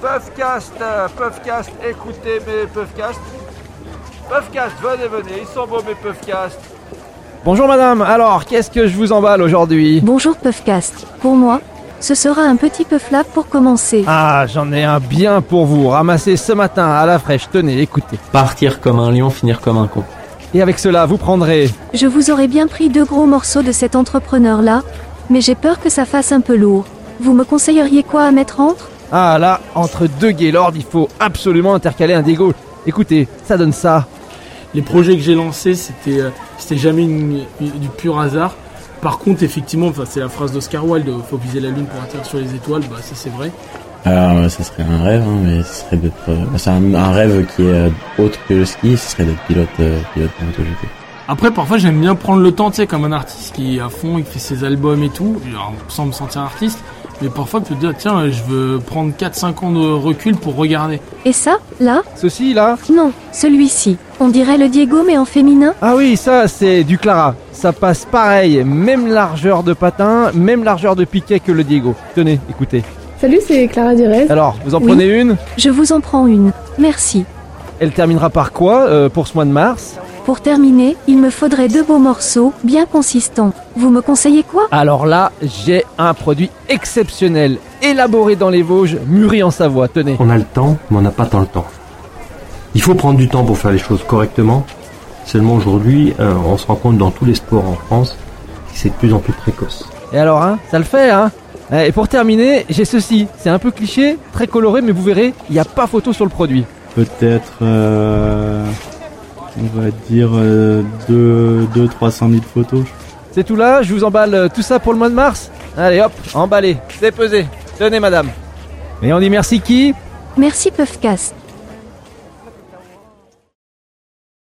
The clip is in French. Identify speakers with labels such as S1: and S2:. S1: Puffcast, euh, Puffcast, écoutez mes Puffcast. Puffcast, venez, venez, ils sont beaux mes Puffcast.
S2: Bonjour madame, alors qu'est-ce que je vous emballe aujourd'hui
S3: Bonjour Puffcast. Pour moi, ce sera un petit peu flap pour commencer.
S2: Ah, j'en ai un bien pour vous, ramassé ce matin à la fraîche, tenez, écoutez.
S4: Partir comme un lion, finir comme un con.
S2: Et avec cela, vous prendrez...
S3: Je vous aurais bien pris deux gros morceaux de cet entrepreneur-là, mais j'ai peur que ça fasse un peu lourd. Vous me conseilleriez quoi à mettre entre
S2: Ah là, entre deux gaylords, il faut absolument intercaler un dégo. Écoutez, ça donne ça.
S5: Les projets que j'ai lancés, c'était euh, c'était jamais une- une- du pur hasard. Par contre, effectivement, enfin, c'est la phrase d'Oscar Wilde, euh, faut viser la lune pour atterrir sur les étoiles, bah ça c'est vrai.
S6: Alors, euh, ça serait un rêve, hein, mais ce serait d'être. euh, bah, c'est un, un rêve qui est euh, autre que le ski, ce serait d'être pilote, euh, pilote de MotoGP.
S5: Après, parfois, j'aime bien prendre le temps, tu sais, comme un artiste qui est à fond, il fait ses albums et tout, genre, sans me sentir artiste. Mais parfois, tu te dire, tiens, euh, je veux prendre 4-5 ans de recul pour regarder.
S3: Et ça, là
S2: Ceci là
S3: Non, celui-ci. On dirait le Diego mais en féminin
S2: Ah oui, ça c'est du Clara. Ça passe pareil, même largeur de patin, même largeur de piquet que le Diego. Tenez, écoutez.
S7: Salut, c'est Clara Direz.
S2: Alors, vous en
S3: Oui.
S2: prenez une
S3: Je vous en prends une. Merci.
S2: Elle terminera par quoi euh, pour ce mois de mars
S3: Pour terminer, il me faudrait deux beaux morceaux, bien consistants. Vous me conseillez quoi
S2: Alors là, j'ai un produit exceptionnel, élaboré dans les Vosges, mûri en Savoie, tenez.
S8: On a le temps, mais on n'a pas tant le temps. Il faut prendre du temps pour faire les choses correctement. Seulement aujourd'hui, euh, on se rend compte dans tous les sports en France que c'est de plus en plus précoce.
S2: Et alors, hein, ça le fait, hein Et pour terminer, j'ai ceci. C'est un peu cliché, très coloré, mais vous verrez, il n'y a pas photo sur le produit.
S9: peut-être euh, on va dire euh, deux, deux 300 000 photos.
S2: C'est tout là, je vous emballe euh, tout ça pour le mois de mars. Allez hop, emballé, c'est pesé. Tenez madame. Et on dit merci qui
S3: Merci Puffcast.